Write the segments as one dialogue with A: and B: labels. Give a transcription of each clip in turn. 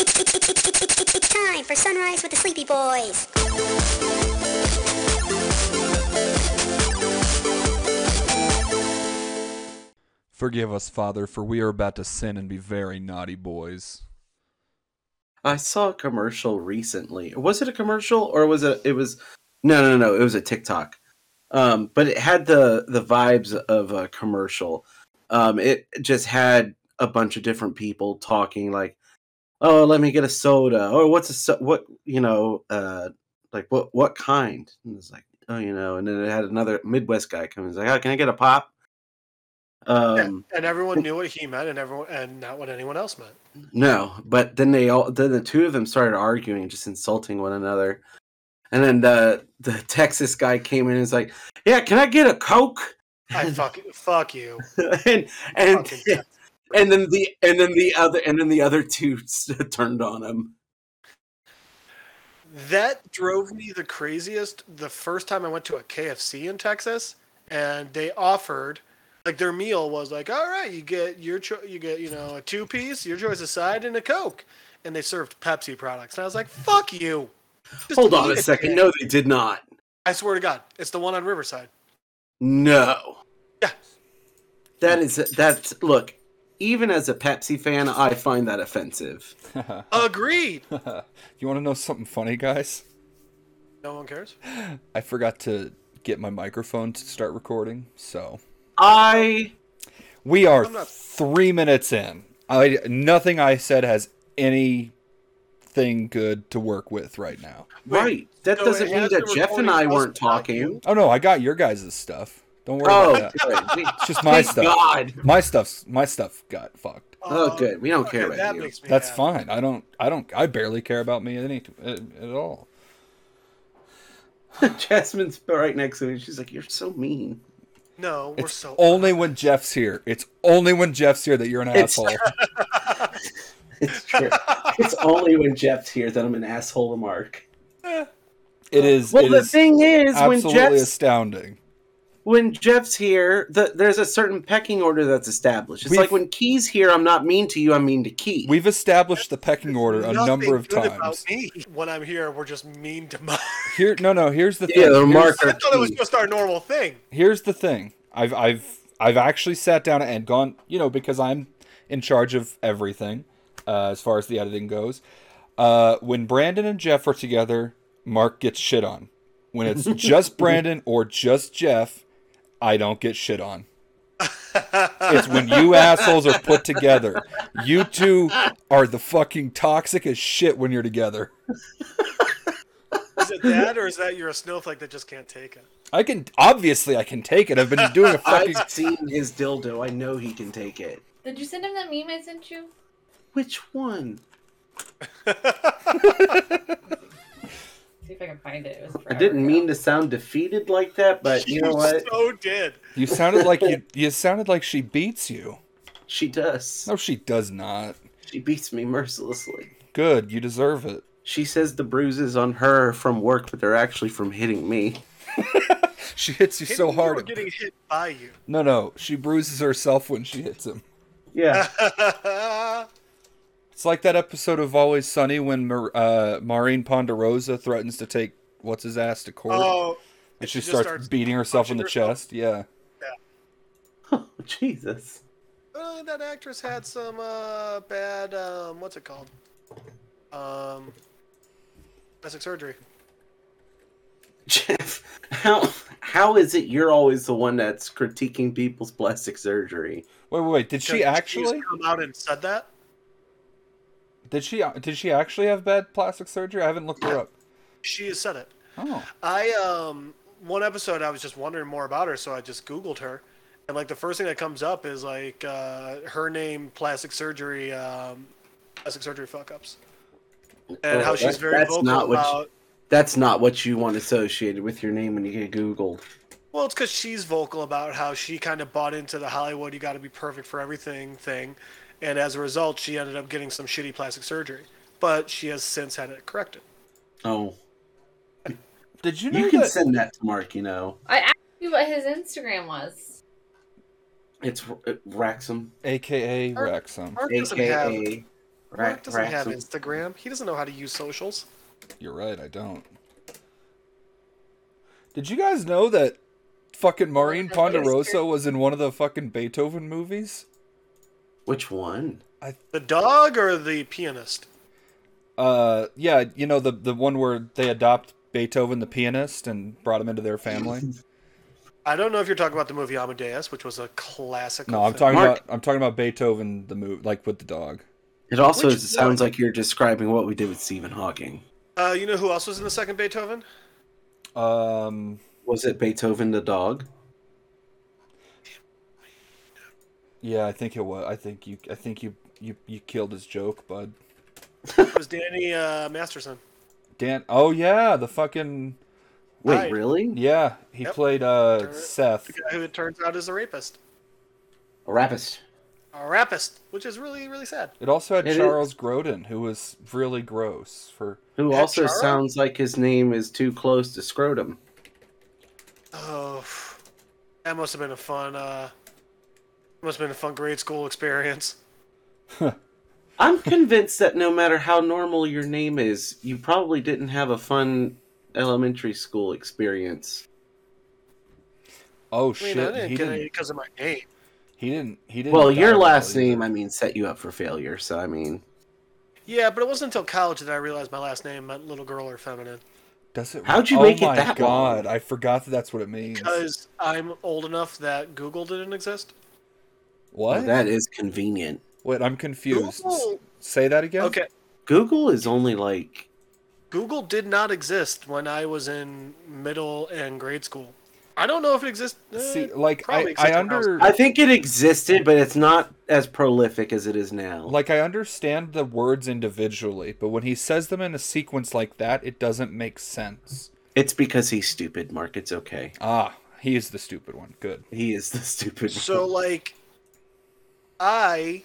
A: It's, it's, it's, it's, it's, it's time for Sunrise with the Sleepy Boys.
B: Forgive us, Father, for we are about to sin and be very naughty boys.
C: I saw a commercial recently. Was it a commercial or was it? It was no, no, no. It was a TikTok, um, but it had the the vibes of a commercial. Um, it just had a bunch of different people talking like, "Oh, let me get a soda," or "What's a so- what you know, uh, like what what kind?" And it's like, "Oh, you know." And then it had another Midwest guy come. He's like, "Oh, can I get a pop?" Um,
D: and everyone knew what he meant, and everyone and not what anyone else meant.
C: No, but then they all then the two of them started arguing and just insulting one another. And then the the Texas guy came in and was like, "Yeah, can I get a coke?"
D: I fuck fuck you.
C: and and
D: Fucking
C: and then the and then the other and then the other two s- turned on him.
D: That drove me the craziest the first time I went to a KFC in Texas, and they offered like their meal was like, all right, you get your cho- you get you know a two piece, your choice of side, and a coke, and they served Pepsi products, and I was like, fuck you. Just
C: Hold on
D: eat
C: a
D: it.
C: second. No, they did not.
D: I swear to God, it's the one on Riverside.
C: No.
D: Yeah.
C: That is that's look. Even as a Pepsi fan, I find that offensive.
D: Agreed.
B: You want to know something funny, guys?
D: No one cares.
B: I forgot to get my microphone to start recording, so
C: I
B: we are
D: I'm not-
B: three minutes in. I nothing I said has anything good to work with right now.
D: Wait,
C: right. That
D: so
C: doesn't
D: it
C: mean
D: has
C: that
D: the
C: Jeff and
D: recording
C: I
D: us,
C: weren't
D: not you?
C: talking.
B: Oh no, I got your guys' stuff. Don't worry
C: Oh,
B: about that.
C: good. We-
B: It's just my
C: Thank
B: stuff.
C: God.
B: My stuff's my stuff got fucked.
C: Oh,
D: Um,
C: good. We don't
D: okay,
C: care about
D: that
C: you.
D: makes me
B: That's
D: happy.
B: fine. I don't. I don't. I barely care about me any at, at all.
C: Jasmine's right next to me. She's like, "You're so mean."
D: No, we're
B: it's
D: so
B: only when Jeff's here. It's only when Jeff's here that you're an
C: It's-
B: asshole.
C: It's true. it's only when Jeff's here that I'm an asshole to Mark.
B: It is.
C: Well,
B: it
C: the
B: is
C: thing is, when
B: absolutely
C: Jeff's
B: astounding.
C: when Jeff's here, the, there's a certain pecking order that's established. It's
B: We've-
C: like when Key's here, I'm not mean to you. I'm mean to Key.
B: We've established the pecking order a
D: Nothing
B: number of
D: good About
B: times.
D: me. When I'm here, we're just mean to my.
B: Here, no, no. Here's the
C: Yeah,
B: thing.
C: the
B: Here's-
C: marker.
D: I thought it was just our normal thing.
B: here's the thing. I've I've I've actually sat down and gone, you know, because I'm in charge of everything uh, as far as the editing goes. Uh, when Brandon and Jeff are together, Mark gets shit on. When it's just Brandon or just Jeff, I don't get shit on. it's when you assholes are put together. You two are the fucking toxic as shit when you're together.
D: Is it that, or is that you're a snowflake that just can't take it?
B: I can obviously I can take it. I've been doing a fucking
C: I've seen his dildo. I know he can take it.
E: Did you send him that meme I sent you?
C: Which one?
E: See if I can find it. it was
C: I
E: forever
C: didn't
E: ago.
C: mean to sound defeated like that, but you know what?
D: So did.
B: You sounded like you. You sounded like she beats you.
C: She does.
B: No, she does not.
C: She beats me mercilessly.
B: Good, you deserve it.
C: She says the bruises on her are from work, but they're actually from hitting me.
B: She hits you so
D: You were
B: hard.
D: getting hit by you.
B: No, no, she bruises herself when she hits him.
C: Yeah.
B: It's like that episode of Always Sunny when Mar- uh, Maureen Ponderosa threatens to take what's his ass to court,
D: oh,
B: and she,
D: just
B: starts,
D: starts
B: beating herself in the
D: punching herself.
B: chest. Yeah,
C: Oh, Jesus.
D: uh, that actress had some uh, bad. Um, what's it called? Um, plastic surgery.
C: Jeff, how how is it you're always the one that's critiquing people's plastic surgery?
B: wait, wait, wait. Did she
D: She's
B: actually?
D: come out and said that?
B: Did she? Did she actually have bad plastic surgery? I haven't looked her up.
D: She has said it.
B: Oh,
D: I um one episode I was just wondering more about her, so I just Googled her, and like the first thing that comes up is like uh, her name, plastic surgery, um, plastic surgery fuck ups, and
C: Oh,
D: how she's
C: that-
D: very
C: that's
D: vocal
C: not what she-
D: about.
C: That's not what you want associated with your name when you get Googled.
D: Well, it's because she's vocal about how she kind of bought into the Hollywood "you got to be perfect for everything" thing, and as a result, she ended up getting some shitty plastic surgery. But she has since had it corrected.
C: Oh,
B: did you know
C: you can
B: that?
C: send that to Mark. You know,
E: I asked you what his Instagram was.
C: it's R- uh, Wraxham,
B: AKA Wrexham.
D: Mark doesn't have
C: aka Right,
D: Mark doesn't
C: right.
D: have
C: So-
D: Instagram. He doesn't know how to use socials.
B: You're right, I don't. Did you guys know that fucking Maureen
E: that's what I was
B: Ponderosa
E: curious-
B: was in one of the fucking Beethoven movies?
C: Which one?
D: The dog or the pianist?
B: Uh yeah, you know the the one where they adopt Beethoven the pianist and brought him into their family.
D: I don't know if you're talking about the movie Amadeus, which was a classic.
B: No, I'm
D: film.
B: talking
C: Mark-
B: about I'm talking about Beethoven the movie like with the dog.
C: It also
D: Which
C: sounds like you're describing what we did with Stephen Hawking.
D: Uh, you know who else was in the second Beethoven?
B: Um
C: Was it Beethoven the dog?
B: yeah, I think it was I think you I think you you, you killed his joke, bud.
D: It was Danny uh, Masterson.
B: Dan Oh yeah, the fucking
C: Wait,
D: Right.
C: really?
B: yeah, he
D: Yep.
B: played uh
D: Turn-
B: Seth.
D: The guy who it turns out is a rapist.
C: A rapist.
D: A rapist, which is really, really sad.
B: It also had
C: It is-
B: Charles Grodin, who was really gross for
C: Who
D: Pet
C: also
D: Charo?
C: sounds like his name is too close to scrotum.
D: Oh, that must have been a fun, uh, must have been a fun grade school experience.
C: I'm convinced that no matter how normal your name is, you probably didn't have a fun elementary school experience.
B: Oh
D: I mean,
B: shit!
D: I didn't
B: he,
D: get
B: didn't,
D: it because of my name.
B: he didn't. He didn't.
C: Well, your
B: die
C: last
B: well
C: name,
B: either.
C: I mean, set you up for failure, so I mean,
D: Yeah, but it wasn't until college that I realized my last name meant little girl or feminine.
B: Does it?
C: How'd you
B: oh
C: make it
B: my
C: that long?
B: god! I forgot that that's what it means.
D: Because I'm old enough that Google didn't exist.
B: What?
C: that is convenient.
B: Wait, I'm confused. S-
D: Google.
B: Say that again.
D: Okay,
C: Google is only like
D: Google did not exist when I was in middle and grade school. I don't know if it exists. Eh,
B: See, like
D: probably
B: I, I
D: exists when I was-
B: under,
C: I think it existed, but it's not as prolific as it is now.
B: like I understand the words individually, but when he says them in a sequence like that, it doesn't make sense.
C: It's because he's stupid, Mark. It's okay.
B: Ah, he is the stupid one. Good.
C: He is the stupid
D: So
C: one.
D: like I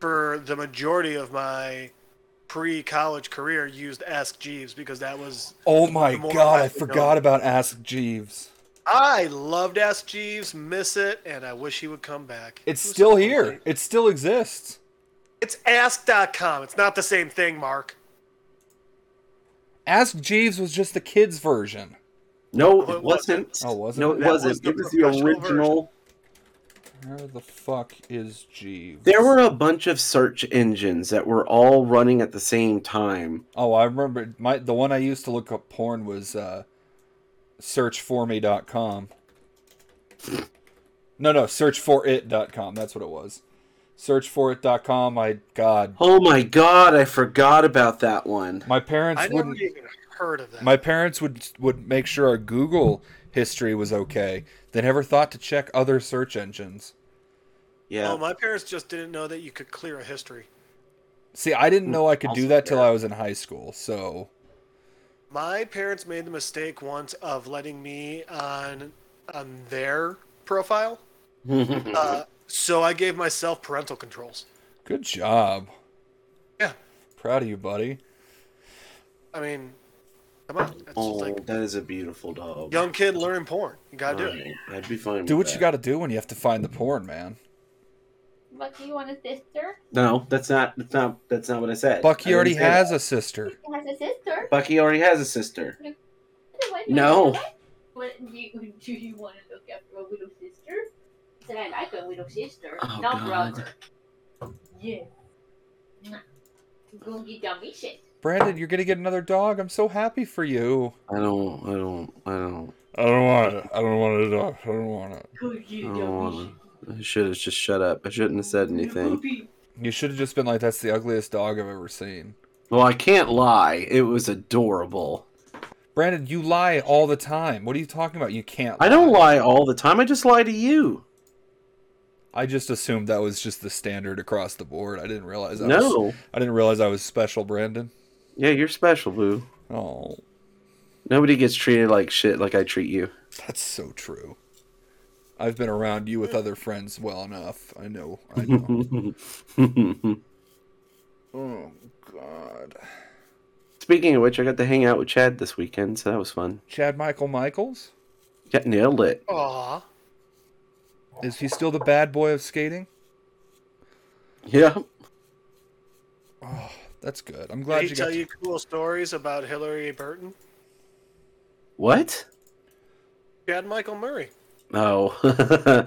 D: for the majority of my pre-college career used Ask Jeeves because that was
B: Oh my
D: The more
B: god!
D: I
B: I
D: know-
B: forgot about Ask Jeeves.
D: I loved Ask Jeeves, miss it, and I wish he would come back.
B: It's
D: It was
B: still
D: so
B: here.
D: funny.
B: It still exists.
D: It's ask.com. It's not the same thing, Mark.
B: Ask Jeeves was just the kids' version.
C: No,
D: No,
C: it
D: it wasn't.
C: wasn't.
B: Oh, was
C: No,
B: it?
C: it
D: That was
C: wasn't.
D: the
C: it was the
D: professional
C: original.
B: Where the fuck is Jeeves?
C: There were a bunch of search engines that were all running at the same time.
B: Oh, I remember my the one I used to look up porn was uh, searchforme.com. No, no, searchforit.com. That's what it was. Searchforit.com. My God,
C: Oh my god, I forgot about that one.
B: my parents
D: I never
B: wouldn't.
D: even heard of that.
B: My parents would would make sure our Google history was okay. They never thought to check other search engines.
C: Yeah.
D: oh, my parents just didn't know that you could clear a history.
B: See, I didn't know I could do
C: Also
B: that till
C: fair.
B: I was in high school. So
D: My parents made the mistake once of letting me on on their profile. Uh, so I gave myself parental controls.
B: good job.
D: Yeah.
B: Proud of you, buddy.
D: I mean, come on. That's
C: oh,
D: just like
C: that is a beautiful dog.
D: young kid learning porn. You gotta do it.
C: Alright, I'd be fine.
B: Do
C: with
B: what you
C: that.
B: got to do when you have to find the porn, man.
E: Bucky, you want a sister?
C: No, that's not. That's not. That's not what I said. I
B: Bucky
C: didn't
B: already
C: say that.
B: has a sister.
E: He has a sister.
C: Bucky already has a sister.
E: What do you
C: No.
E: want? What do you, do you want to look after a widow sister? I said I like a widow sister,
C: Oh,
E: not
C: God.
E: brother. Yeah. Mwah. You gonna get dummy shit.
B: Brandon, you're gonna get another dog. I'm so happy for you.
C: I don't. I don't. I don't.
B: I don't want it. I don't want a dog. I don't want it.
E: Go get
C: Oh, I
E: dummy shit.
C: should have just shut up. I shouldn't have said anything.
E: Poopy.
B: You should have just been like, "That's the ugliest dog I've ever seen."
C: Well, I can't lie. It was adorable.
B: Brandon, you lie all the time. What are you talking about? You can't.
C: I don't lie all the time. I just lie to you.
B: I just assumed that was just the standard across the board. I didn't realize. I Was,
C: No.
B: I didn't realize I was special, Brandon.
C: Yeah, you're special, boo.
B: Oh,
C: Nobody gets treated like shit like I treat you.
B: that's so true. I've been around you with other friends well enough. I know. I know. oh God.
C: Speaking of which, I got to hang out with Chad this weekend, so that was fun.
B: Chad Michael Michaels.
C: Yeah, nailed it.
D: Aw.
B: Is he still the bad boy of skating?
C: Yeah.
B: Oh, that's good. I'm glad
D: Did he
B: you got.
D: tell
B: to-
D: you cool stories about Hillary Burton?
C: What?
D: You had Michael Murray.
C: Oh.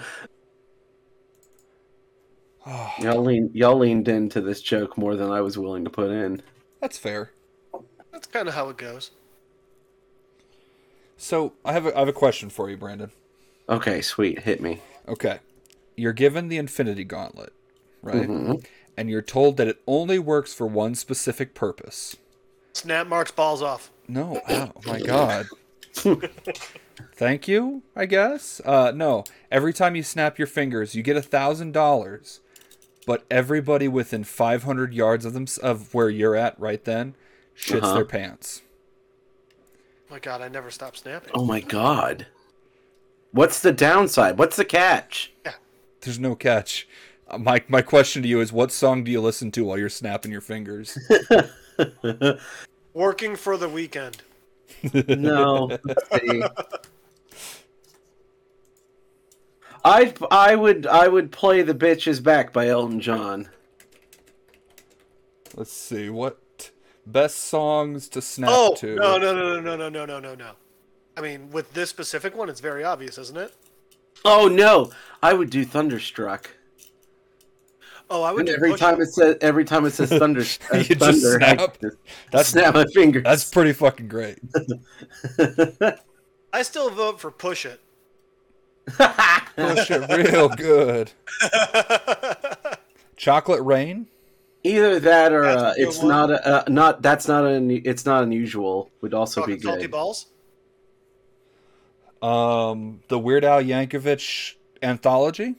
B: Oh,
C: y'all, lean, y'all leaned into this joke more than I was willing to put in.
B: that's fair.
D: That's kind of how it goes.
B: So I have a, I have a question for you, Brandon.
C: Okay, sweet. Hit me.
B: Okay, you're given the Infinity Gauntlet, right?
C: Mhm.
B: And you're told that it only works for one specific purpose.
D: Snap Mark's balls off.
B: No, oh my god. Thank you, I guess. Uh, no, every time you snap your fingers, you get a thousand dollars, but everybody within five hundred yards of them of where you're at right then shits
C: Uh-huh.
B: their pants.
D: Oh My God, I never stop snapping.
C: Oh my god. What's the downside? What's the catch?
B: There's no catch. Uh, my my question to you is, what song do you listen to while you're snapping your fingers?
D: Working for the weekend.
C: No. Let's see. I I would I would play the bitches back by Elton John.
B: Let's see what best songs to snap
D: Oh
B: to.
D: no no no no no no no no no no. I mean, with this specific one, it's very obvious, isn't it?
C: Oh no, I would do Thunderstruck.
D: Oh, I would.
C: And
D: do
C: every
D: push-
C: time it says every time it says thunder, uh,
B: You just
C: thunder, I
B: snap.
C: just
B: That's
C: snap my fingers.
B: that's pretty fucking great.
D: I still vote for push it.
B: Push it real good. Chocolate rain.
C: Either that or
D: That's a
C: uh,
D: good
C: it's
D: one.
C: not a, uh, not that's not an it's not unusual would also be
D: Fucking salty
C: good.
D: balls.
B: Um, the Weird Al Yankovic anthology.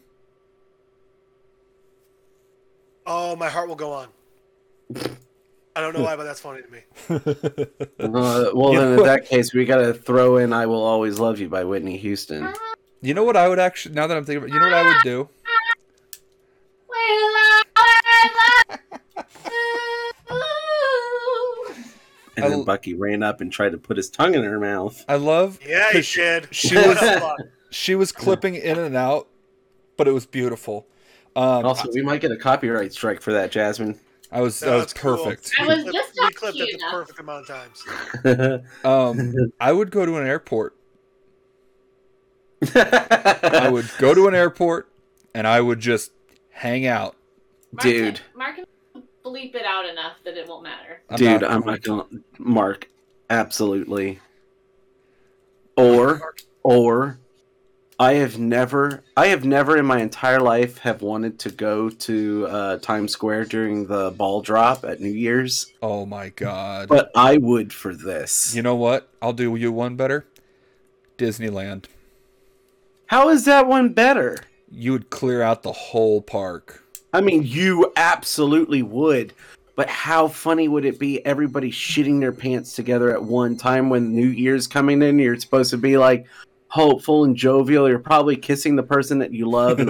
D: Oh, my heart will go on. I don't know why, but that's funny to me.
C: Uh, well,
B: You
C: then
B: know-
C: in that case, we gotta throw in "I Will Always Love You" by Whitney Houston.
D: Ah.
B: You know what I would actually? Now that I'm thinking, about, you know what I would do?
C: And
B: I'll-
C: then Bucky ran up and tried to put his tongue in her mouth.
B: I love.
D: Yeah, you
B: 'cause she,
D: did.
B: she
D: What
B: was
D: the fuck?
B: she was clipping in and out, but it was beautiful. Um,
C: Also, we might get a copyright strike for that, Jasmine.
B: I was
D: No,
B: that was
D: that's cool.
B: perfect.
E: I was
D: We
E: just
D: clipped- we
E: talking
D: clipped
E: to
D: it
E: you
D: the
E: now.
D: perfect amount of times.
B: Um, I would go to an airport. I would go to an airport, and I would just hang out.
E: Mark
C: Dude.
E: can- Mark can bleep it out enough that it won't matter.
B: I'm
C: Dude,
B: not-
C: I'm not gonna mark. Absolutely. Or or I have never I have never in my entire life have wanted to go to uh, Times Square during the ball drop at New Year's,
B: Oh my god!
C: but I would for this.
B: You know what? I'll do you one better. Disneyland.
C: How is that one better?
B: You would clear out the whole park.
C: I mean, you absolutely would. But how funny would it be everybody shitting their pants together at one time when New Year's coming in? You're supposed to be like hopeful and jovial. You're probably kissing the person that you love and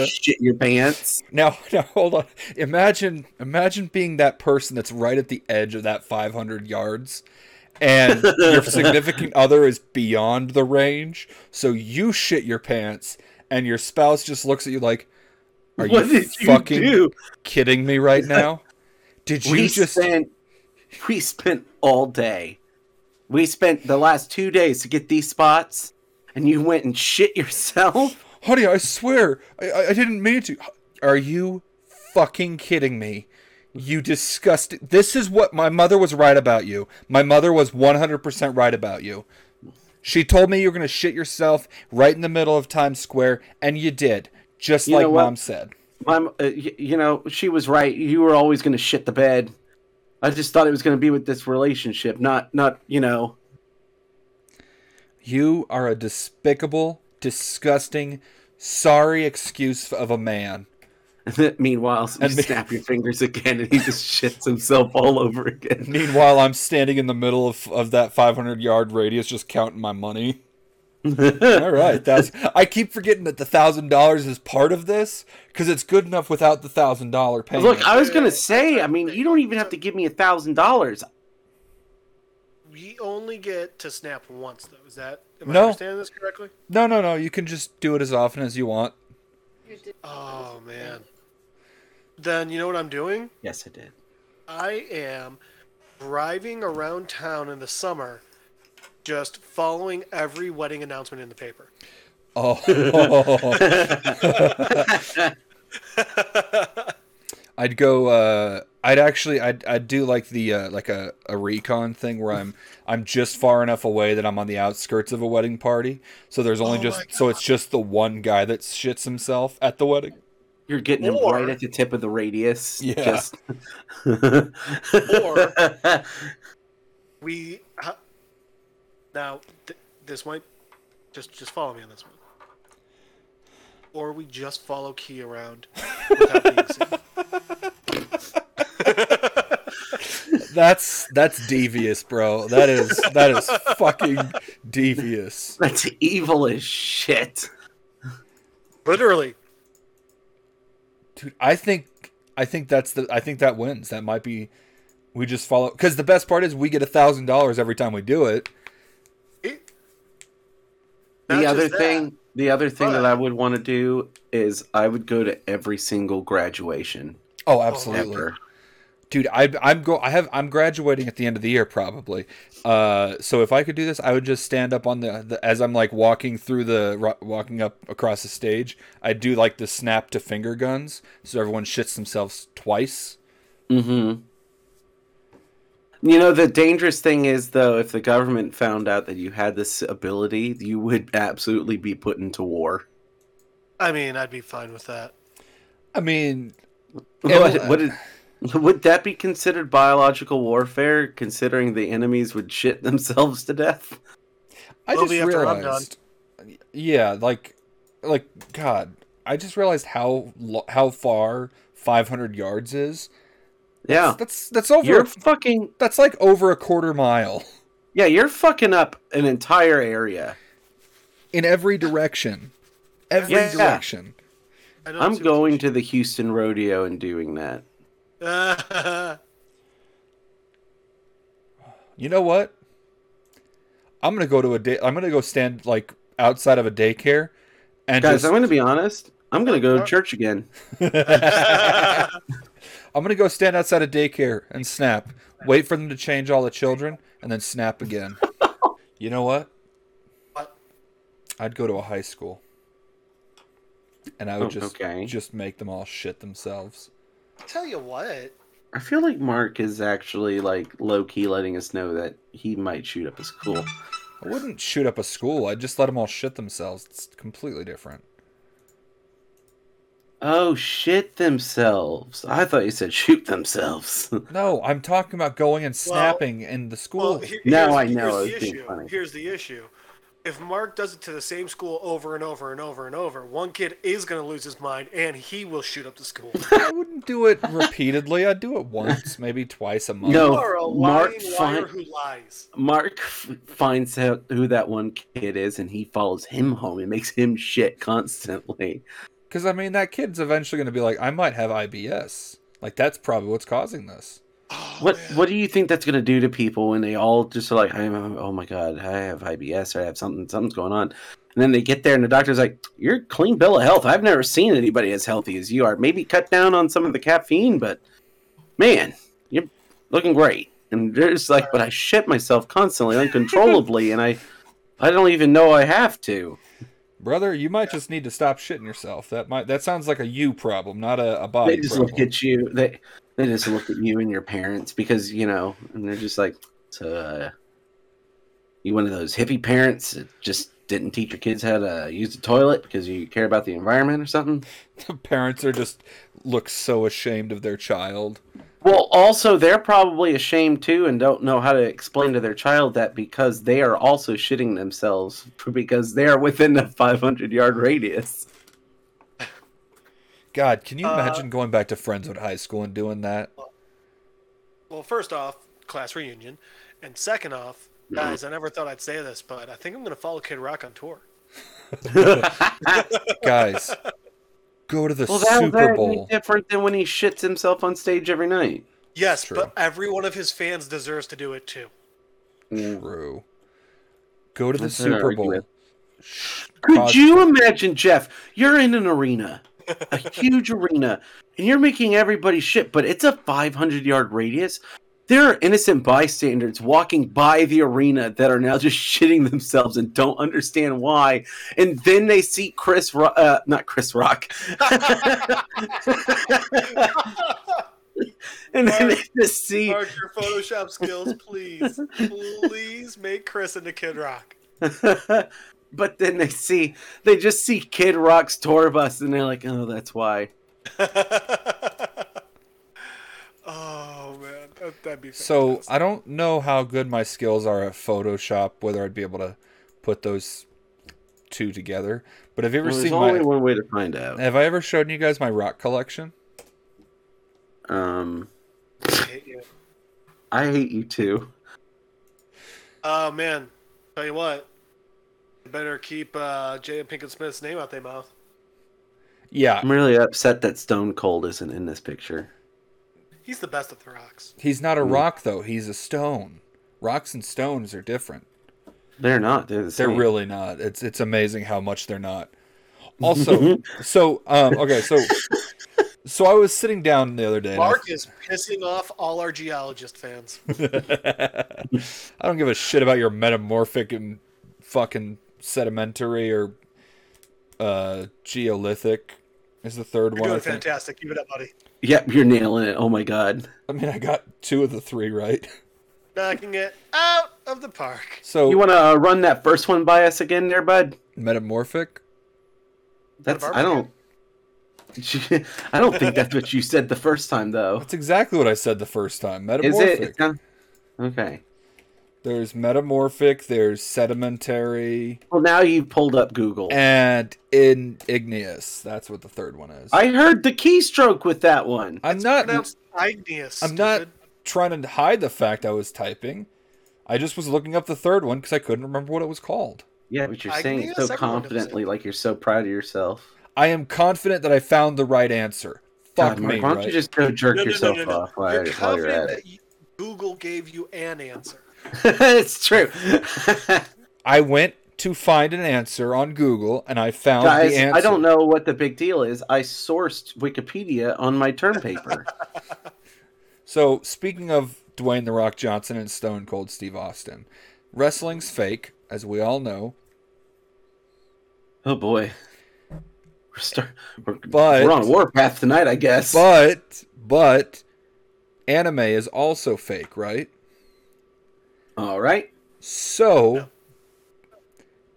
C: you shit your pants.
B: Now, now hold on. Imagine imagine being that person that's right at the edge of that 500 yards and your significant other is beyond the range, so you shit your pants and your spouse just looks at you like are
C: what
B: you
C: did you
B: fucking
C: do?
B: kidding me right now? Did you
C: We
B: just
C: spent we spent all day. We spent the last two days to get these spots, and you went and shit yourself.
B: Honey, I swear. I- I, I didn't mean to. Are you fucking kidding me? You disgusting. This is what my mother was right about you. My mother was 100% right about you. She told me you were going to shit yourself right in the middle of Times Square, and you did, just
C: You know
B: like
C: what?
B: mom said.
C: I'm, uh, y- you know, she was right. You were always going to shit the bed. I just thought it was going to be with this relationship, not, not, you know.
B: You are a despicable, disgusting, sorry excuse of a man.
C: Meanwhile, you
B: And me-
C: snap your fingers again, and he just shits himself all over again.
B: Meanwhile, I'm standing in the middle of, of that 500 yard radius, just counting my money. All right, that's. I keep forgetting that the thousand dollars is part of this because it's good enough without the thousand dollar payment.
C: Look, I was going to say, I mean, you don't even have to give me a thousand dollars.
D: We only get to snap once, though. Is that? Am
B: No.
D: I understanding this correctly?
B: no, no, no. You can just do it as often as you want.
E: You're just-
D: Oh man. Then you know what I'm doing?
C: Yes, I did.
D: I am driving around town in the summer, just following every wedding announcement in the paper.
B: Oh, I'd go. Uh, I'd actually. I'd. I'd do like the uh, like a, a recon thing where I'm. I'm just far enough away that I'm on the outskirts of a wedding party. So there's only
D: Oh my
B: just. So it's just the one guy that shits himself at the wedding.
C: You're getting him
D: Or-
C: right at the tip of the radius.
B: Yeah.
C: Just...
D: Or- We ha- now th- this might just just follow me on this one, or we just follow Key around without being seen.
B: That's that's devious, bro. That is that is fucking devious.
C: That's evil as shit.
D: Literally,
B: Dude, I think I think that's the I think that wins. That might be we just follow because the best part is we get a thousand dollars every time we do it.
D: It-
C: The
D: Not
C: other
D: just that,
C: thing, the other thing that
D: but-
C: I would want to do is I would go to every single graduation
B: Oh, absolutely,
C: ever.
B: dude. I, I'm go I have I'm graduating at the end of the year probably. Uh, so if I could do this, I would just stand up on the, the as I'm like walking through the ro- walking up across the stage. I do like the snap to finger guns, so everyone shits themselves twice.
C: Mm-hmm. You know, the dangerous thing is though, if the government found out that you had this ability, you would absolutely be put into war.
D: I mean, I'd be fine with that.
B: I mean, Yeah,
C: What,
B: well,
C: what is, would that be considered biological warfare, considering the enemies would shit themselves to death?
B: I
D: Well,
B: just
D: we have to run,
B: realized. Yeah, like, like God, I just realized how lo- how far 500 yards is.
C: Yeah.
B: That's that's over.
C: You're fucking
B: That's like over a quarter mile
C: Yeah, you're fucking up an entire area.
B: in every direction. Every
C: Yeah.
B: direction.
D: I don't
C: I'm
D: see what-
C: going to the Houston rodeo and doing that.
B: You know what? I'm gonna go to a day. I'm gonna go stand like outside of a daycare, and
C: Guys,
B: just-
C: I'm going to be honest. I'm going to go to church again.
B: I'm gonna go stand outside a daycare and snap. Wait for them to change all the children, and then snap again. you know what?
D: What?
B: I'd go to a high school, and I would
C: Oh,
B: just
C: okay.
B: just make them all shit themselves.
D: tell you what.
C: I feel like Mark is actually like low key letting us know that he might shoot up his school.
B: I wouldn't shoot up a school. I'd just let them all shit themselves. It's completely different.
C: Oh, shit themselves. I thought you said shoot themselves.
B: No, I'm talking about going and snapping in the school.
D: Well, he-
C: Now
D: here's-
C: I know, I was
D: Here's the
C: being
D: issue.
C: funny.
D: Here's the issue. If Mark does it to the same school over and over and over and over, one kid is going to lose his mind and he will shoot up the school.
B: I wouldn't do it repeatedly. I'd do it once, maybe twice a month.
C: No.
D: you are a
C: Oh, Mark
D: lying liar
C: Fine-
D: who lies.
C: Mark f- finds out who that one kid is and he follows him home and makes him shit constantly.
B: Because, I mean, that kid's eventually going to be like, I might have IBS. Like, that's probably what's causing this.
D: Oh,
C: What what do you think that's gonna do to people when they all just are like, I'm, oh my god, I have IBS or I have something, something's going on, and then they get there and the doctor's like, you're a clean bill of health. I've never seen anybody as healthy as you are. Maybe cut down on some of the caffeine, but man, you're looking great. And they're just like, but I shit myself constantly, uncontrollably, and I I don't even know I have to.
B: Brother, you might just need to stop shitting yourself. That might that sounds like a you problem, not a, a
C: They
B: body
C: just
B: problem.
C: look at you. They they just look at you and your parents because you know, and they're just like, "So, uh, you one of those hippie parents that just didn't teach your kids how to use the toilet because you care about the environment or something."
B: The Parents are just look so ashamed of their child.
C: Well, also they're probably ashamed too and don't know how to explain to their child that because they are also shitting themselves because they are within a 500 yard radius.
B: God, can you
D: Uh,
B: imagine going back to Friendswood High School and doing that?
D: Well, first off, class reunion. And second off,
C: Mm-hmm.
D: guys, I never thought I'd say this, but I think I'm going to follow Kid Rock on tour.
B: Guys, go to the
C: Well, that,
B: Super
C: that'd be
B: Bowl.
C: different than when he shits himself on stage every night.
D: Yes,
B: True.
D: but every one of his fans deserves to do it too.
C: Mm-hmm.
B: True. Go to the
C: That's an
B: Super Bowl.
C: argument. Could
B: Cause-
C: you imagine, Jeff? You're in an arena. a huge arena, and you're making everybody shit, but it's a 500 yard radius. There are innocent bystanders walking by the arena that are now just shitting themselves and don't understand why. And then they see Chris, Ro- uh, not Chris Rock. and then they just see
D: Mark your Photoshop skills, please. please make Chris into Kid Rock.
C: but then they see they just see Kid Rock's tour bus and they're like, oh, that's why.
D: oh man, that, that'd be
B: So
D: fantastic.
B: I don't know how good my skills are at Photoshop, whether I'd be able to put those two together. But have you ever
C: Well, there's
B: seen
C: only
B: my?
C: one way to find out.
B: Have I ever shown you guys my rock collection?
C: Um,
D: I hate you.
C: I hate you too.
D: Oh man, tell you what, you better keep uh, Jada Pinkett Smith's name out their mouth.
B: Yeah,
C: I'm really upset that Stone Cold isn't in this picture.
D: He's the best at the rocks.
B: he's not
C: Mm.
B: a rock though. He's a stone. Rocks and stones are different.
C: They're not. They're the
B: They're
C: same.
B: really not. It's it's amazing how much they're not. Also, so um, okay, so so I was sitting down the other day. and I-
D: Mark is pissing off all our geologist fans.
B: I don't give a shit about your metamorphic and fucking sedimentary or uh, geolithic. Is the 3rd
D: You're
B: one? I,
D: doing
B: think.
D: fantastic. Keep it up, buddy.
C: Yep, you're nailing it. Oh my god.
B: I mean, I got two of the three right.
D: Knocking it out of the park.
B: So
C: You want to uh, run that first one by us again, there, bud?
B: metamorphic.
C: That's.
D: What
C: I
D: about
C: don't. I don't think that's what you said the first time, though.
B: That's exactly what I said the first time.
C: Is
B: Metamorphic.
C: it? It's not- Okay.
B: There's metamorphic. There's sedimentary
C: Well, now you pulled up Google.
B: and in igneous. That's what the third one is.
C: I heard the keystroke with that one.
B: I'm not.
D: Pronounced Igneous.
B: I'm not
D: stupid.
B: trying to hide the fact I was typing. I just was looking up the third one because I couldn't remember what it was called.
C: Yeah, but you're
D: I
C: saying
D: can
C: it
D: be
C: so
D: a second one to
C: confidently,
D: say.
C: like you're so proud of yourself.
B: I am confident that I found the right answer. Fuck
C: God, Mark,
B: me,
C: why don't
B: right?
C: you just go jerk
D: No, no, no,
C: yourself
D: no, no.
C: off while
D: You're
C: you're, while you're
D: confident
C: at it?
D: that you- Google gave you an answer.
C: it's true.
B: I went to find an answer on Google and I found
C: Guys,
B: the answer.
C: I don't know what the big deal is. I sourced Wikipedia on my term paper.
B: So speaking of Dwayne the Rock Johnson and Stone Cold Steve Austin, wrestling's fake, as we all know.
C: oh boy, we're, start, we're,
B: But-
C: we're on a warpath tonight, I guess.
B: But but anime is also fake, right?
C: All right,
B: So,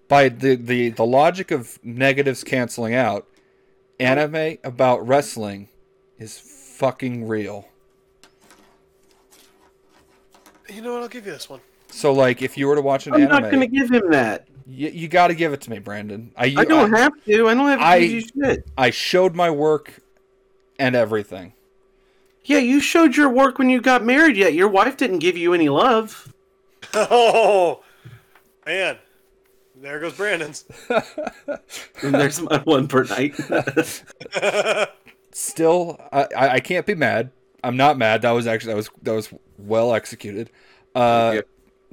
B: by the, the the logic of negatives canceling out, anime about wrestling is fucking real.
D: You know what? I'll give you this one.
B: So, like, if you were to watch an
C: I'm
B: anime,
C: not going to give him that.
B: y- you, got to give it to me, Brandon. I you,
C: I don't have to. I don't have to
B: I-
C: give you shit.
B: I showed my work and everything.
C: Yeah, you showed your work when you got married. Yet your wife didn't give you any love.
D: Oh man, there goes Brandon's.
C: And there's my one per night.
B: Still, I, I I can't be mad. I'm not mad. That was actually that was that was well executed. Uh,
C: you.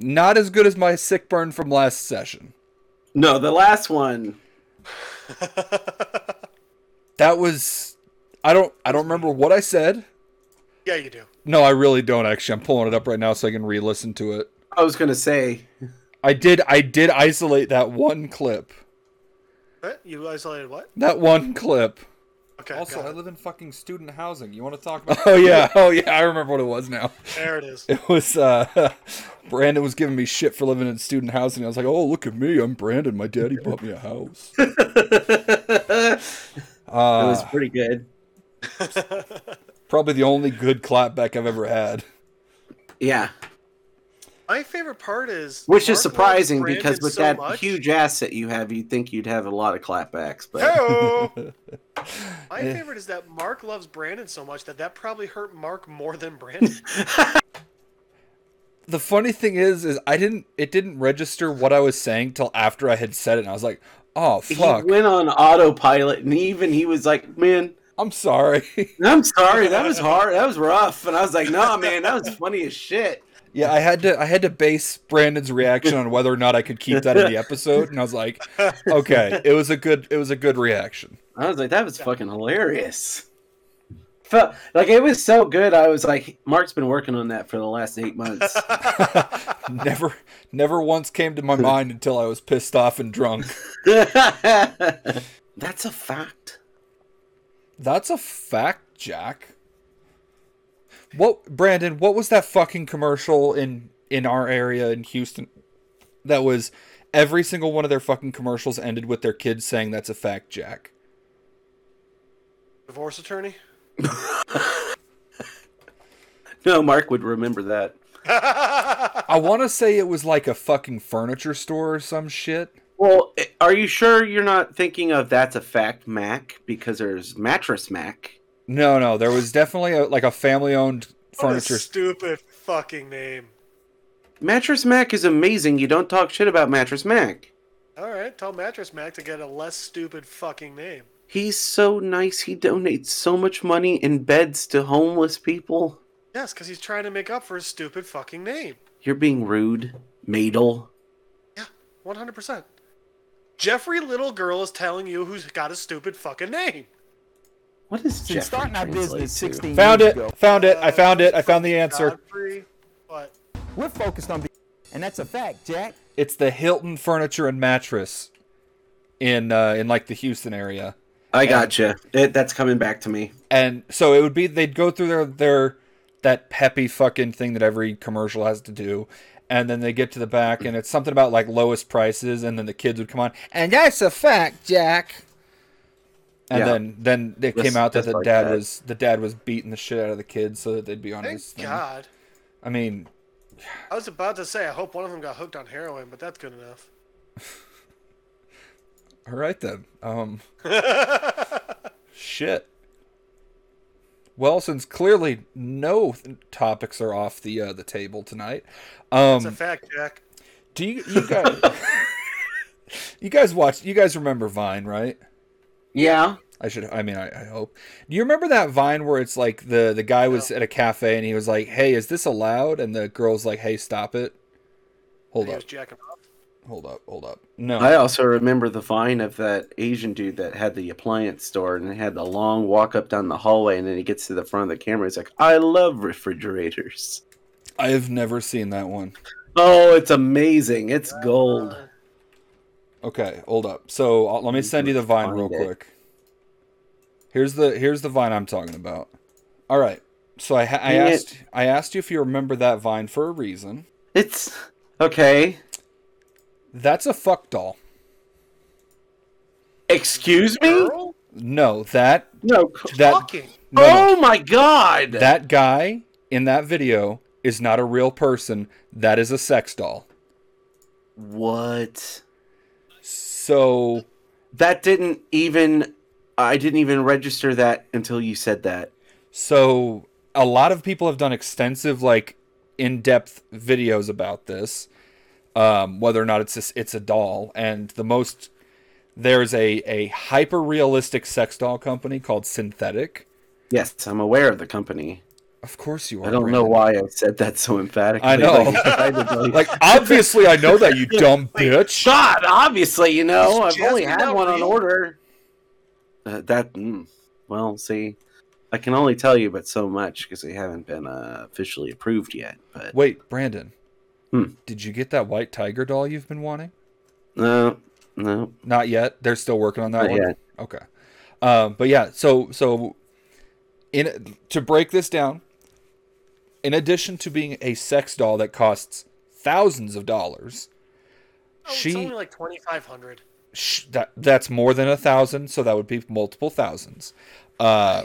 B: not as good as my sick burn from last session.
C: no, the last one.
B: that was i don't i don't remember what i said
D: Yeah, you do.
B: no i really don't actually i'm pulling it up right now so i can re-listen to it
C: I was going to say
B: i did i did isolate that one clip
D: What? You isolated what?
B: that one clip
D: Okay. got
F: Also, I
D: it.
F: live in fucking student housing. You want to talk about?
B: oh yeah oh yeah i remember what it was now
D: there it is.
B: it was uh brandon was giving me shit for living in student housing i was like oh look at me i'm brandon my daddy bought me a house
C: it
B: uh,
C: was pretty good.
B: probably the only good clapback i've ever had
C: Yeah,
D: My favorite part is
C: which is
D: Mark
C: surprising
D: loves
C: because
D: Brandon
C: with
D: so
C: that
D: much.
C: huge asset you have, you'd think you'd have a lot of clapbacks. But
D: Hey-o. My favorite is that Mark loves Brandon so much that that probably hurt Mark more than Brandon.
B: the funny thing is is i didn't it didn't register what i was saying till after i had said it and i was like oh fuck
C: he went on autopilot, and even he was like, "Man,
B: i'm sorry
C: I'm sorry, that was hard, that was rough." And I was like, "Nah, man, that was funny as shit."
B: Yeah, I had to I had to base Brandon's reaction on whether or not I could keep that in the episode, and I was like, okay, it was a good it was a good reaction.
C: I was like, that was fucking hilarious. Felt like it was so good. I was like, Mark's been working on that for the last eight months.
B: never never once came to my mind until I was pissed off and drunk.
C: That's a fact.
B: That's a fact, Jack. What Brandon, what was that fucking commercial in in our area in Houston that was every single one of their fucking commercials ended with their kids saying that's a fact, Jack.
D: Divorce attorney.
C: No, Mark would remember that.
B: I want to say it was like a fucking furniture store or some shit.
C: Well, i- are you sure you're not thinking of That's a Fact Mac? Because there's Mattress Mac.
B: No, no, there was definitely a, like a family-owned
D: What
B: furniture
D: a stupid fucking name.
C: Mattress Mac is amazing. You don't talk shit about Mattress Mac.
D: All right, tell Mattress Mac to get a less stupid fucking name.
C: He's so nice. He donates so much money in beds to homeless people.
D: Yes, because he's trying to make up for his stupid fucking name.
C: You're being rude, Madel.
D: Yeah, 100%. Jeffrey Little Girl is telling you who's got a stupid fucking name.
C: What is Jeffrey
G: starting our
C: translate
G: business
C: to?
G: 16
B: Found
G: years
B: it.
G: ago.
B: Found it. I found it. I found the answer.
D: Godfrey, but
G: We're focused on, be- and that's a fact, Jack.
B: It's the Hilton Furniture and Mattress in uh, in like the Houston area.
C: I gotcha. It, that's coming back to me.
B: And so it would be they'd go through their their that peppy fucking thing that every commercial has to do. And then they get to the back and it's something about like lowest prices and then the kids would come on and that's a fact, Jack. And
C: Yeah.
B: then then it
C: Just-
B: came out that
C: just
B: the
C: like
B: dad
C: that.
B: was the dad was beating the shit out of the kids so that they'd be on
D: thank
B: his thing.
D: God.
B: I mean,
D: I was about to say, I hope one of them got hooked on heroin, but that's good enough.
B: all right then. Um Shit. Well, since clearly no th- topics are off the uh, the table tonight,
D: It's a
B: um,
D: fact, Jack.
B: do you you guys you guys watch you guys remember Vine right?
C: Yeah.
B: I should I mean I, I hope. Do you remember that Vine where it's like the the guy was at a cafe and he was like, "Hey, is this allowed?" And the girl's like, "Hey, stop it." Hold
D: He
B: up,
D: was jacking off.
B: hold up, hold up. No,
C: I also remember the vine of that Asian dude that had the appliance store and had the long walk up down the hallway, and then he gets to the front of the camera. He's like, "I love refrigerators."
B: I have never seen that one.
C: Oh, it's amazing! It's gold.
B: Okay, hold up. So i let me send you the vine real
C: Find it.
B: quick. Here's the here's the vine I'm talking about. All right. So I, ha- I
C: Dang it.
B: asked I asked you if you remember that vine for a reason.
C: It's okay.
B: That's a fuck doll.
C: Excuse me?
D: Girl?
B: No, that
C: No.
B: that
D: Fucking.
B: no, no.
C: Oh my god!
B: that guy in that video is not a real person. That is a sex doll.
C: what?
B: So
C: That didn't even. I didn't even register that until you said that.
B: So a lot of people have done extensive, like, in-depth videos about this, um, whether or not it's a, it's a doll. And the most there's a a hyper realistic sex doll company called Synthetic.
C: Yes, I'm aware of the company.
B: Of course you are.
C: I don't know
B: Brandon.
C: why I said that so emphatically.
B: I know.
C: Like, I did, like-
B: Like, obviously, I know that you dumb bitch.
C: God, obviously, you know, I've
D: It's
C: only
D: just
C: had
D: not
C: one on
D: real.
C: order. Uh, that, mm, well, see, I can only tell you but so much because they haven't been uh, officially approved yet. But
B: Wait, Brandon.
C: Hmm.
B: Did you get that white tiger doll you've been wanting?
C: no, no,
B: Not yet. They're still working on that
C: Not
B: one.
C: yet.
B: Okay. Um, but yeah, so so in to break this down, in addition to being a sex doll that costs thousands of dollars,
D: Oh,
B: She-
D: It's only like 2500
B: sh- that that's more than a thousand, so that would be multiple thousands. Uh,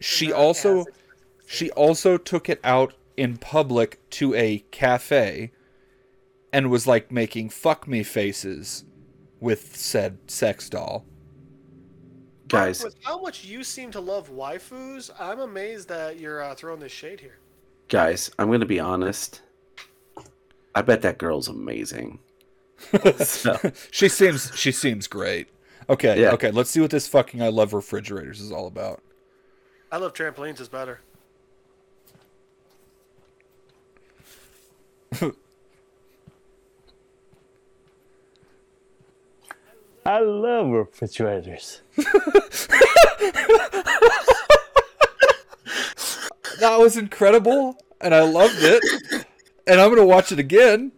B: she also she also took it out in public to a cafe and was like making fuck me faces with said sex doll.
C: guys,
D: With how much you seem to love waifus, I'm amazed that you're uh, throwing this shade here.
C: guys, I'm gonna be honest. I bet that girl's amazing. So,
B: she seems she seems great. Okay,
C: Yeah.
B: okay, let's see what this fucking I love refrigerators is all about.
D: I love trampolines is better.
H: I love refrigerators.
B: That was incredible, and I loved it. And I'm gonna watch it again.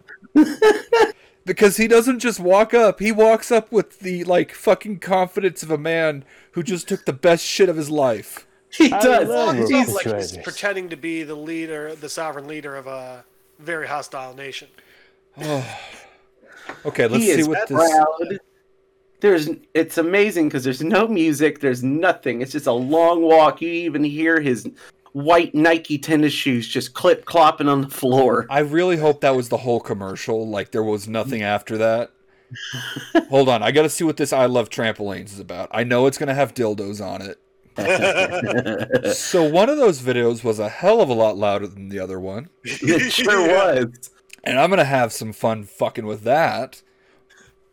B: Because he doesn't just walk up, he walks up with the like fucking confidence of a man who just took the best shit of his life.
C: He
H: I
C: does.
B: Oh,
H: love
C: He
D: He's
C: does.
D: like
H: refrigerators.
D: pretending to be the leader, the sovereign leader of a very hostile nation.
B: Okay, let's
C: he
B: see
C: is
B: what
C: loud.
B: this
C: There's it's amazing because there's no music, there's nothing. It's just a long walk. You even hear his white Nike tennis shoes just clip clopping on the floor.
B: I really hope that was the whole commercial. Like there was nothing after that. Hold on, I gotta see what this "I Love Trampolines" is about. I know it's gonna have dildos on it. so one of those videos was a hell of a lot louder than the other one,
C: It sure was.
B: and I'm gonna have some fun fucking with that.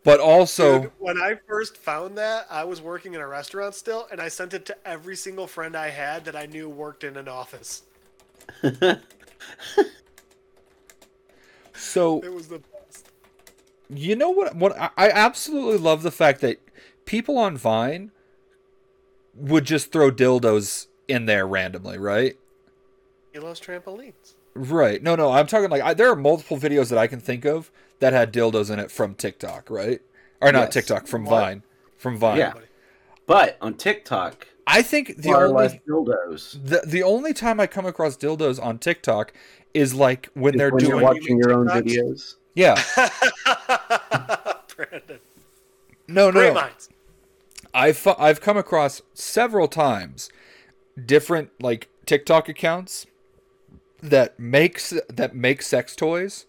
B: But also,
D: Dude, when I first found that, I was working in a restaurant still, and I sent it to every single friend I had that I knew worked in an office.
B: so
D: It was the best.
B: You know what? What I I absolutely love the fact that people on Vine would just throw dildos in there randomly, right?
D: He loves trampolines.
B: Right. No, no. I'm talking like I, there are multiple videos that I can think of that had dildos in it from TikTok, right? Or not
C: Yes.
B: TikTok from
D: What?
B: Vine, from Vine.
C: Yeah. But on TikTok,
B: I think the
C: far
B: only
C: less dildos.
B: the, the only time I come across dildos on TikTok is like when
C: is
B: they're
C: when
B: doing
C: you're watching your own
D: TikToks.
C: videos.
B: yeah.
D: Brandon.
B: No, no. no.
D: Great minds.
B: I've fu- I've come across several times different like TikTok accounts that makes that make sex toys.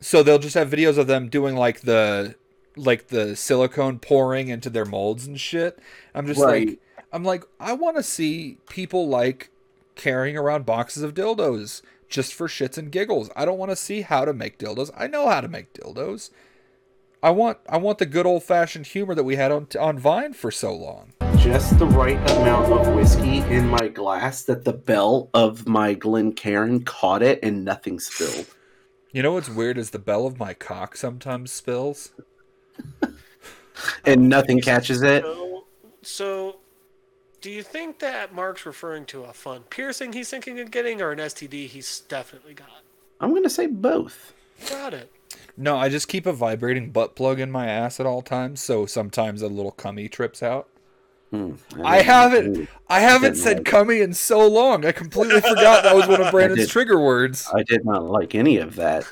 B: So they'll just have videos of them doing like the like the silicone pouring into their molds and shit. I'm just like
C: Right.
B: I'm like I want to see people like carrying around boxes of dildos just for shits and giggles. I don't want to see how to make dildos. I know how to make dildos. I want I want the good old fashioned humor that we had on on Vine for so long.
C: Just the right amount of whiskey in my glass that the bell of my Glencairn caught it and nothing spilled.
B: You know what's weird is the bell of my cock sometimes spills.
C: And nothing catches it.
D: So, so, do you think that Mark's referring to a fun piercing he's thinking of getting, or an STD he's definitely got?
C: I'm going to say both.
D: Got it.
B: No, I just keep a vibrating butt plug in my ass at all times, so sometimes a little cummy trips out.
C: Hmm.
B: I haven't I haven't
C: Didn't
B: said
C: like-
B: cummy in so long. I completely forgot that was one of Brandon's
C: did.
B: trigger words.
C: I did not like any of that.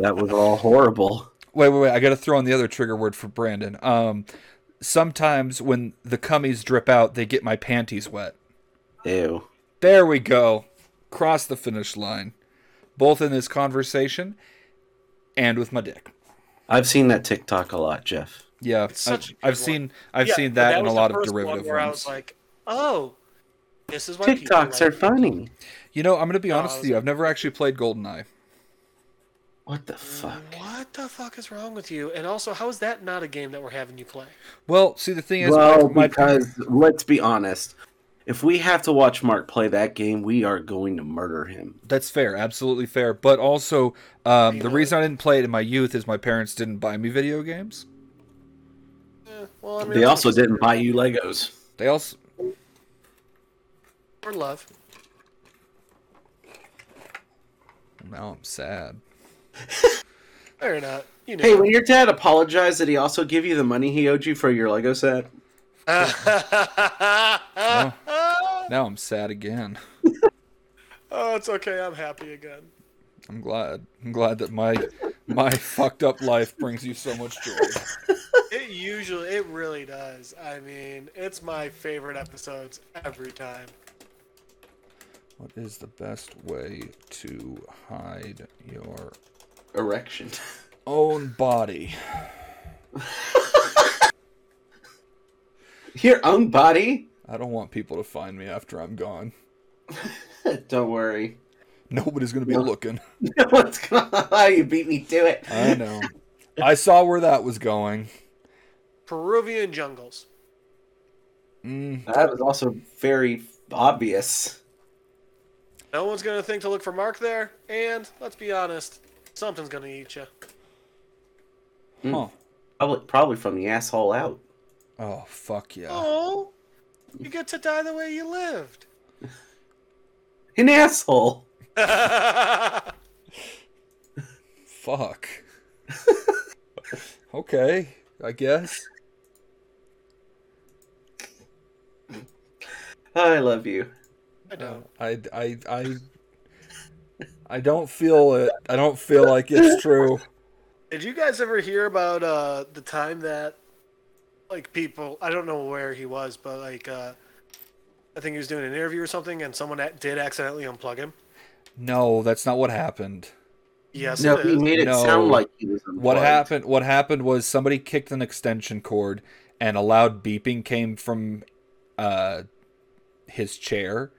C: that was all horrible.
B: Wait, wait, wait. I got to throw in the other trigger word for Brandon. Um sometimes when the cummies drip out, they get my panties wet.
C: Ew.
B: There we go. Cross the finish line. Both in this conversation and with my dick.
C: I've seen that TikTok a lot, Jeff.
B: Yeah.
D: It's such
B: I,
D: a
B: have
D: good
B: seen I've
D: Yeah,
B: seen
D: but
B: that, in a
D: was
B: lot
D: the
B: of
D: first one
B: derivative
D: where I
B: ones.
D: was like, oh, this is why people
C: TikToks are
D: like
C: funny.
B: you know, I'm gonna be
D: No, I
B: honest with
D: was
B: you,
D: like-
B: I've never actually played GoldenEye.
C: What the fuck?
D: What the fuck is wrong with you? And also, how is that not a game that we're having you play?
B: Well, see the thing is
C: Well,
B: my- my-
C: because let's be honest. If we have to watch Mark play that game, we are going to murder him.
B: That's fair, absolutely fair. But also, um,
D: You
B: the
D: know
B: reason I didn't play it in my youth is my parents didn't buy me video games.
D: Eh, well, I mean,
C: They also didn't buy you Legos.
B: They also
D: Or love.
B: now I'm sad.
D: Or not. You know.
C: Hey, when your dad apologized, did he also give you the money he owed you for your Lego set?
B: Now I'm sad again.
D: oh, it's okay. I'm happy again.
B: I'm glad. I'm glad that my my fucked up life brings you so much joy.
D: It usually, it really does. I mean, it's my favorite episodes every time.
B: What is the best way to hide your
C: Erection.
B: own body?
C: Your own body?
B: I don't want people to find me after I'm gone.
C: Don't worry.
B: Nobody's gonna be looking.
C: What's going on? You beat me to it.
B: I know. I saw where that was going.
D: Peruvian jungles.
B: Mm,
C: That was also very obvious.
D: No one's gonna think to look for Mark there, and let's be honest, something's gonna eat you.
B: Huh.
C: Probably, probably from the asshole out.
B: Oh fuck yeah.
D: Oh, you get to die the way you lived.
C: An asshole.
B: Fuck. okay, I guess.
C: I love you.
D: I don't.
B: I I I I don't feel it. I don't feel like it's true.
D: Did you guys ever hear about uh, the time that, like, people? I don't know where he was, but like, uh, I think he was doing an interview or something, and someone a- did accidentally unplug him.
B: No, that's not what happened.
D: Yes,
C: No,
D: it
C: he
D: is.
C: made it
B: No.
C: sound like he was.
B: What
C: unplugged.
B: happened what happened was somebody kicked an extension cord and a loud beeping came from uh his chair.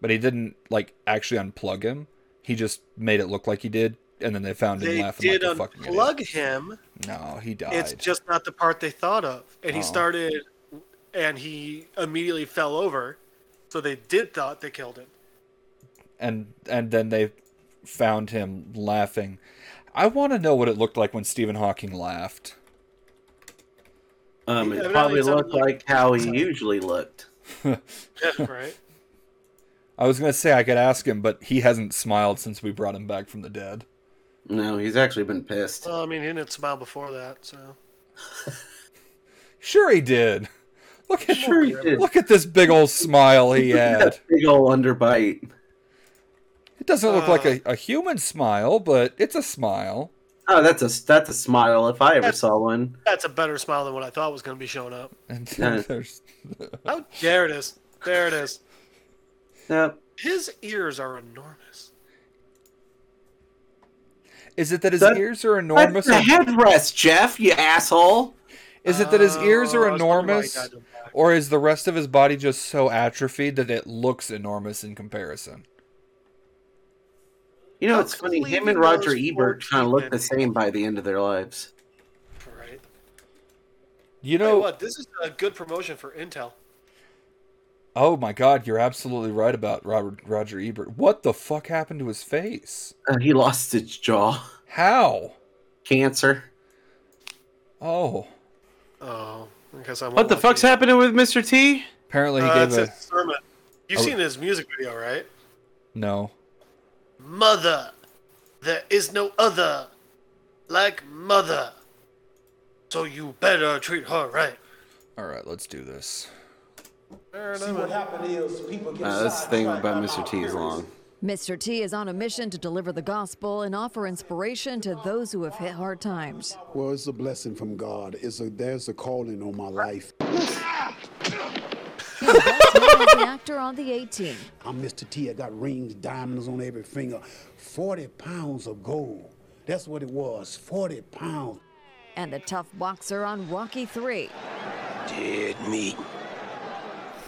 B: But he didn't like actually unplug him. He just made it look like he did and then they found him
D: they
B: laughing
D: did
B: like a fucking idiot.
D: unplug him.
B: No, he died.
D: It's just not the part they thought of, and he
B: Oh.
D: started, and he immediately fell over, so they did thought they killed him.
B: and and then they found him laughing. I want to know what it looked like when Stephen Hawking laughed.
C: Um,
D: Yeah,
C: it
D: but
C: probably
D: it sounded
C: looked
D: like-
C: like how he usually looked.
D: right?
B: I was gonna say I could ask him, but he hasn't smiled since we brought him back from the dead.
C: No, he's actually been pissed.
D: Well, I mean, he didn't smile before that, so
B: Sure, he did. Look at
C: Sure he did.
B: look at this big old smile he had.
C: That big ol' underbite.
B: It doesn't look like
D: Uh.
B: a, a human smile, but it's a smile.
C: Oh, that's a that's a smile if I ever saw one.
D: that's a better smile than what I thought was going to be showing up.
B: And
C: Yeah.
B: there's
D: Oh, there it is. There it is.
C: Yep.
D: His ears are enormous.
B: is it that his
C: That-
B: ears are
C: That's
B: enormous?
C: a
B: or-
C: headrest, Jeff. You asshole.
B: Is it that his ears
D: Oh,
B: are
D: I was wondering why he
B: enormous,
D: dyed them black.
B: or is the rest of his body just so atrophied that it looks enormous in comparison?
C: You know,
D: How
C: it's funny.
D: could
C: Him
D: we
C: and Roger
D: lose
C: Ebert kind of look the
D: 14?
C: same by the end of their lives.
D: Right.
B: You
D: Tell
B: know,
D: you what, this is a good promotion for Intel.
B: Oh my God, you're absolutely right about Robert Roger Ebert. What the fuck happened to his face?
C: Uh, he lost his jaw.
B: How?
C: Cancer.
B: Oh,
D: Oh, because I'm.
C: What the
D: unlucky.
C: fuck's happening with Mr. T?
B: apparently he
D: Uh,
B: gave
D: that's
B: a
D: his sermon. You've
B: Oh.
D: seen his music video, right?
B: no.
D: Mother, there is no other like mother. So you better treat her right.
B: All right, let's do this.
C: Uh, this thing about Mr. T is long.
I: Mr. T is on a mission to deliver the gospel and offer inspiration to those who have hit hard times.
J: Well, it's a blessing from God. It's a there's a calling on my life.
I: He's the best known as an actor on the A team.
J: I'm Mr. T. I got rings, diamonds on every finger, 40 pounds of gold. That's what it was, 40 pounds.
I: and the tough boxer on Rocky 3.
J: Dead meat.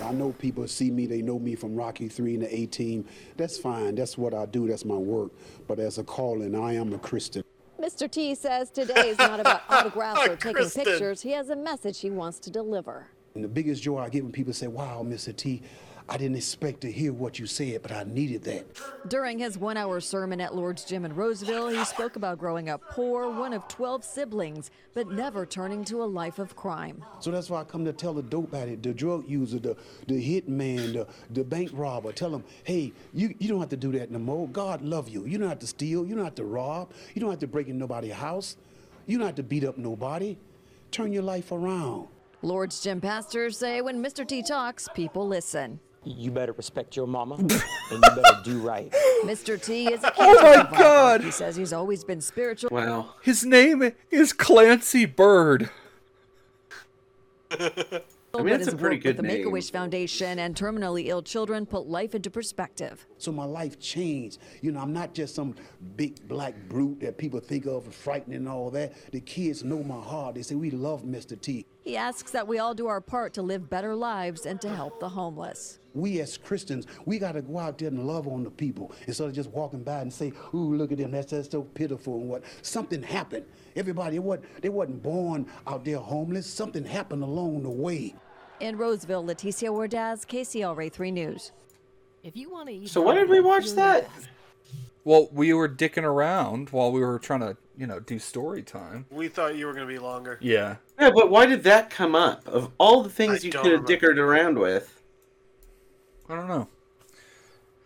J: I know people see me, they know me from Rocky 3 and the A Team. That's fine, that's what I do, that's my work. But as a calling, I am a Christian.
I: Mr. T says today is not about autographs or taking
D: Kristen.
I: pictures. He has a message he wants to deliver.
J: And the biggest joy I get when people say, Wow, Mr. T, I didn't expect to hear what you said, but I needed that.
I: During his one hour sermon at Lord's Gym in Roseville, he spoke about growing up poor, one of 12 siblings, but never turning to a life of crime.
J: So that's why I come to tell the dope addict, the drug user, the, the hit man, the, the bank robber, tell them, hey, you, you don't have to do that no more. God love you. You don't have to steal. You don't have to rob. You don't have to break in nobody's house. You don't have to beat up nobody. Turn your life around.
I: Lord's Gym pastors say when Mr. T talks, people listen.
G: You better respect your mama, and you better do right.
I: Mr. T is a
B: Oh
I: cancer
B: my
I: survivor.
B: God.
I: He says he's always been spiritual.
C: Wow.
B: His name is Clancy Bird.
C: I mean,
I: but
C: that's
I: his
C: a pretty
I: work
C: good
I: with the
C: name.
I: Make-A-Wish Foundation and terminally ill children put life into perspective.
J: So my life changed. You know, I'm not just some big black brute that people think of as frightening and all that. The kids know my heart. They say, we love Mr. T.
I: He asks that we all do our part to live better lives and to help the homeless.
J: We as Christians, we got to go out there and love on the people instead of just walking by and say, "Ooh, look at them! That's just so pitiful." And what? Something happened. Everybody, it wasn't, they wasn't born out there homeless. Something happened along the way.
I: In Roseville, Leticia Wardaz, KCLR 3 News.
C: So why did we watch that?
B: Well, we were dicking around while we were trying to, you know, do story time.
D: We thought you were going to be longer.
B: Yeah.
C: Yeah, but why did that come up? Of all the things
D: I
C: you
D: don't
C: could have
D: remember.
C: dickered around with.
B: I don't know.
D: I don't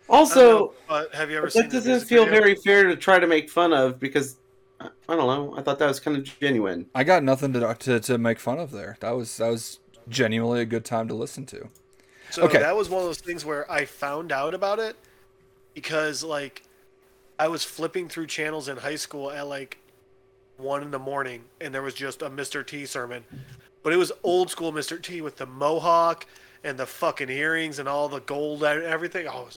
C: Also,
D: know, but have you ever seen
C: that
D: the
C: doesn't
D: music
C: feel
D: video?
C: very fair to try to make fun of because I I don't know. I thought that was kind of genuine.
B: I got nothing to, to to make fun of there. That was that was genuinely a good time to listen to.
D: So
B: Okay.
D: that was one of those things where I found out about it because like I was flipping through channels in high school at like one in the morning and there was just a Mr. T sermon. But it was old school Mr. T with the mohawk and the fucking earrings and all the gold and everything. Oh, it was